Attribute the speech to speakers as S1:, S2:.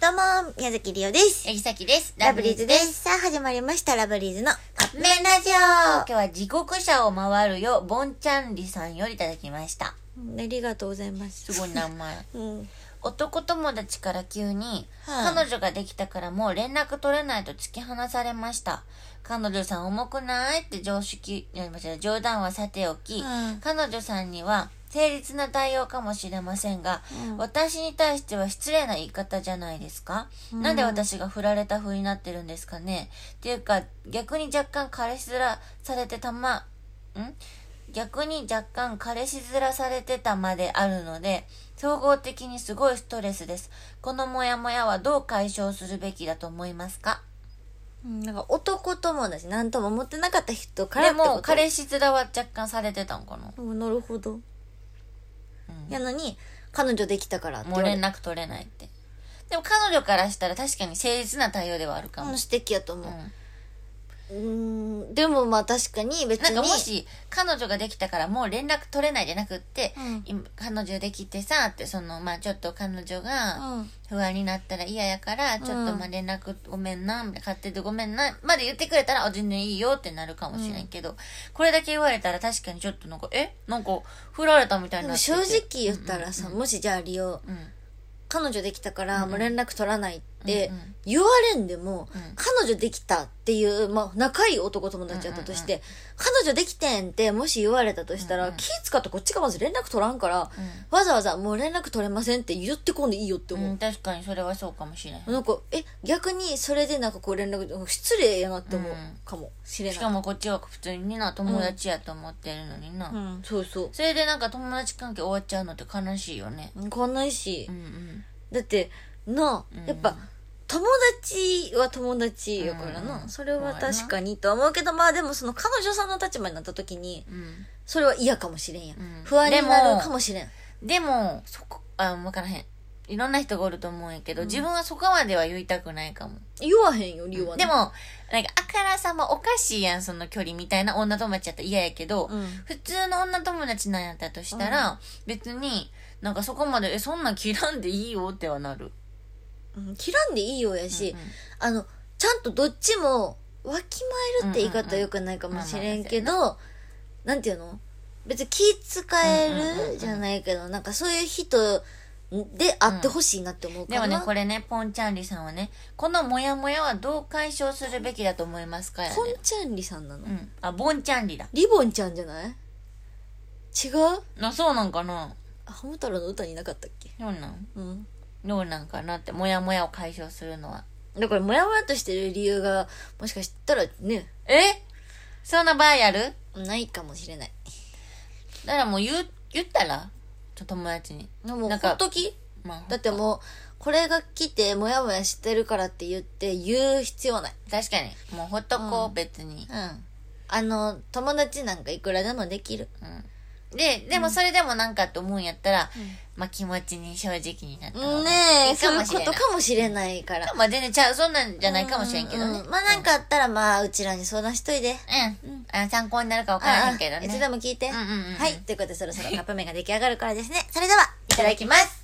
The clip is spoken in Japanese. S1: どうも、宮崎りおです。
S2: 八木崎です。
S1: ラブリーズです。。さあ、始まりました、ラブリーズのカップ麺ラジ
S2: 今日は地獄車を回るよ、ボンちゃんりさんよりいただきました。
S1: オ。ありがとうございます。
S2: すごい名前。
S1: うん。
S2: 男友達から急に、
S1: はい
S2: 彼女ができたからもう連絡取れないと突き放されました。彼女さん重くないって常識、いや間違えた冗談はさておき、
S1: うん
S2: 彼女さんには誠実な対応かもしれませんが、
S1: うん
S2: 私に対しては失礼な言い方じゃないですか、
S1: うん
S2: なんで私が振られた風になってるんですかねっていうか、逆に若干彼氏面されてたま、ん逆に若干彼氏面されてたまであるので総合的にすごいストレスですこのモヤモヤはどう解消するべきだと思いますか
S1: うんなんか男友達、なんとも思ってなかった人からっ
S2: で
S1: てこと
S2: も彼氏面は若干されてたんかな、
S1: うんなるほど。
S2: うん
S1: やのに、彼女できたからって
S2: もう
S1: れ
S2: 連絡取れないってでも彼女からしたら確かに誠実な対応ではあるか
S1: うん
S2: も、
S1: 素敵やと
S2: う
S1: 思
S2: ん
S1: う。うん、んでもまあ確かに別
S2: な
S1: に。
S2: んかもし彼女ができたからもう連絡取れないじゃなくって、
S1: うん
S2: 今彼女できてさってそのまあちょっと彼女が、
S1: うん。
S2: 不安になったら嫌やから、ちょっと
S1: うん
S2: まあ連絡ごめんな、買っててごめんな、まで言ってくれたら、あ、全然いいよってなるかもしれんけど、これだけ言われたら確かにちょっとなんか、えなんか、振られたみたい
S1: で
S2: にな
S1: も
S2: ってて
S1: 正直言ったらさ、
S2: うん
S1: もしじゃあ利用、
S2: うん。
S1: 彼女できたか
S2: うん
S1: ら
S2: うん
S1: もう連絡取らないって
S2: うんうん
S1: 言われんでも、
S2: うん
S1: 彼女できたっていう、まあ、仲いい男友達やったとして、
S2: う
S1: 彼女できてんってもし言われたとしたら、
S2: うんうん
S1: 気使ってこっちがまず連絡取らんから、
S2: うん
S1: わざわざもう連絡取れませんって言ってこんでいいよって
S2: うん
S1: 思う。
S2: 確かにそれはそうかもしれん。
S1: なんか、え、逆にそれでなんかこう連絡、失礼やなって思う
S2: うん
S1: かもしれ
S2: し
S1: な
S2: か
S1: い。
S2: もこっちは普通にな、友達やと思ってるのにな。
S1: うん、そうそう。
S2: それでなんか友達関係終わっちゃうのって悲しいよね。
S1: こんないし
S2: う、んうん。
S1: だって、な
S2: うん
S1: あ、やっぱ、友達は友達やからな、
S2: うん
S1: それは確かにとは思うけどまあでもその彼女さんの立場になった時に
S2: うん。
S1: それは嫌かもしれんや、
S2: うん
S1: 不安にな
S2: で
S1: る
S2: も
S1: かもしれん
S2: でも、そこ、あ、わからへん。いろんな人がおると思うんやけど、自分はそこまでは言いたくないかも。
S1: 言わへんよ理由はね
S2: で、も、なんか、あからさまおかしいやん、その距離みたいな女友達やったら嫌やけど、
S1: うん
S2: 普通の女友達なんやったとしたら、別に、なんかそこまで、え、そんなん切らんでいいよってはなる。
S1: うん、切らんでいいようやし、
S2: うんうん
S1: あのちゃんとどっちもわきまえるって言い方よくないかもしれんけど、なんていうの別に気使えるじゃないけど、なんかそういう人であってほしいなって思うか
S2: で
S1: ら、
S2: もね、これね、ポンちゃんりさんはね、このモヤモヤはどう解消するべきだと思いますかやね
S1: こ。んちゃんりさんなの、
S2: うん。あ、ボンちゃんりだ。
S1: リボンちゃんじゃない違う
S2: な、そうなんかな
S1: あハム太郎の歌になかったっけ
S2: どうなん
S1: うん。
S2: どうなんかなって、モヤモヤを解消するのは。
S1: だから、もやもやとしてる理由が、もしかしたらね、
S2: えそんな場合ある
S1: ないかもしれない。
S2: だからもう言う、言ったらちょ友達に。
S1: でも、ほ
S2: なん
S1: っ
S2: か
S1: とき
S2: まあ、
S1: だってもう、これが来て、もやもやしてるからって言って、言う必要ない。
S2: 確かにもうほっとこう、
S1: うん
S2: 別に
S1: う、ん。あの、友達なんかいくらでもできる。
S2: うん、ででもそれでもなんかって思うんやったら、まあ気持ちに正直になった方が
S1: ね
S2: い
S1: え、
S2: い
S1: そ
S2: か
S1: うい
S2: も
S1: う
S2: し
S1: こ
S2: れない
S1: とかもしれないから。
S2: まあ全然ちゃうそんなんじゃないかもしれんけどね
S1: ううまあなんかあったら、まあ、うちらに相談しといて。
S2: うん、あ参考になるか分からへんけど
S1: ああ
S2: ね
S1: いつでも聞いて。
S2: うんうんうんうん
S1: はい。ということで、そろそろカップ麺が出来上がるからですね。それでは、い
S2: い
S1: た
S2: た
S1: だ
S2: だ
S1: き
S2: き
S1: ま
S2: ますす。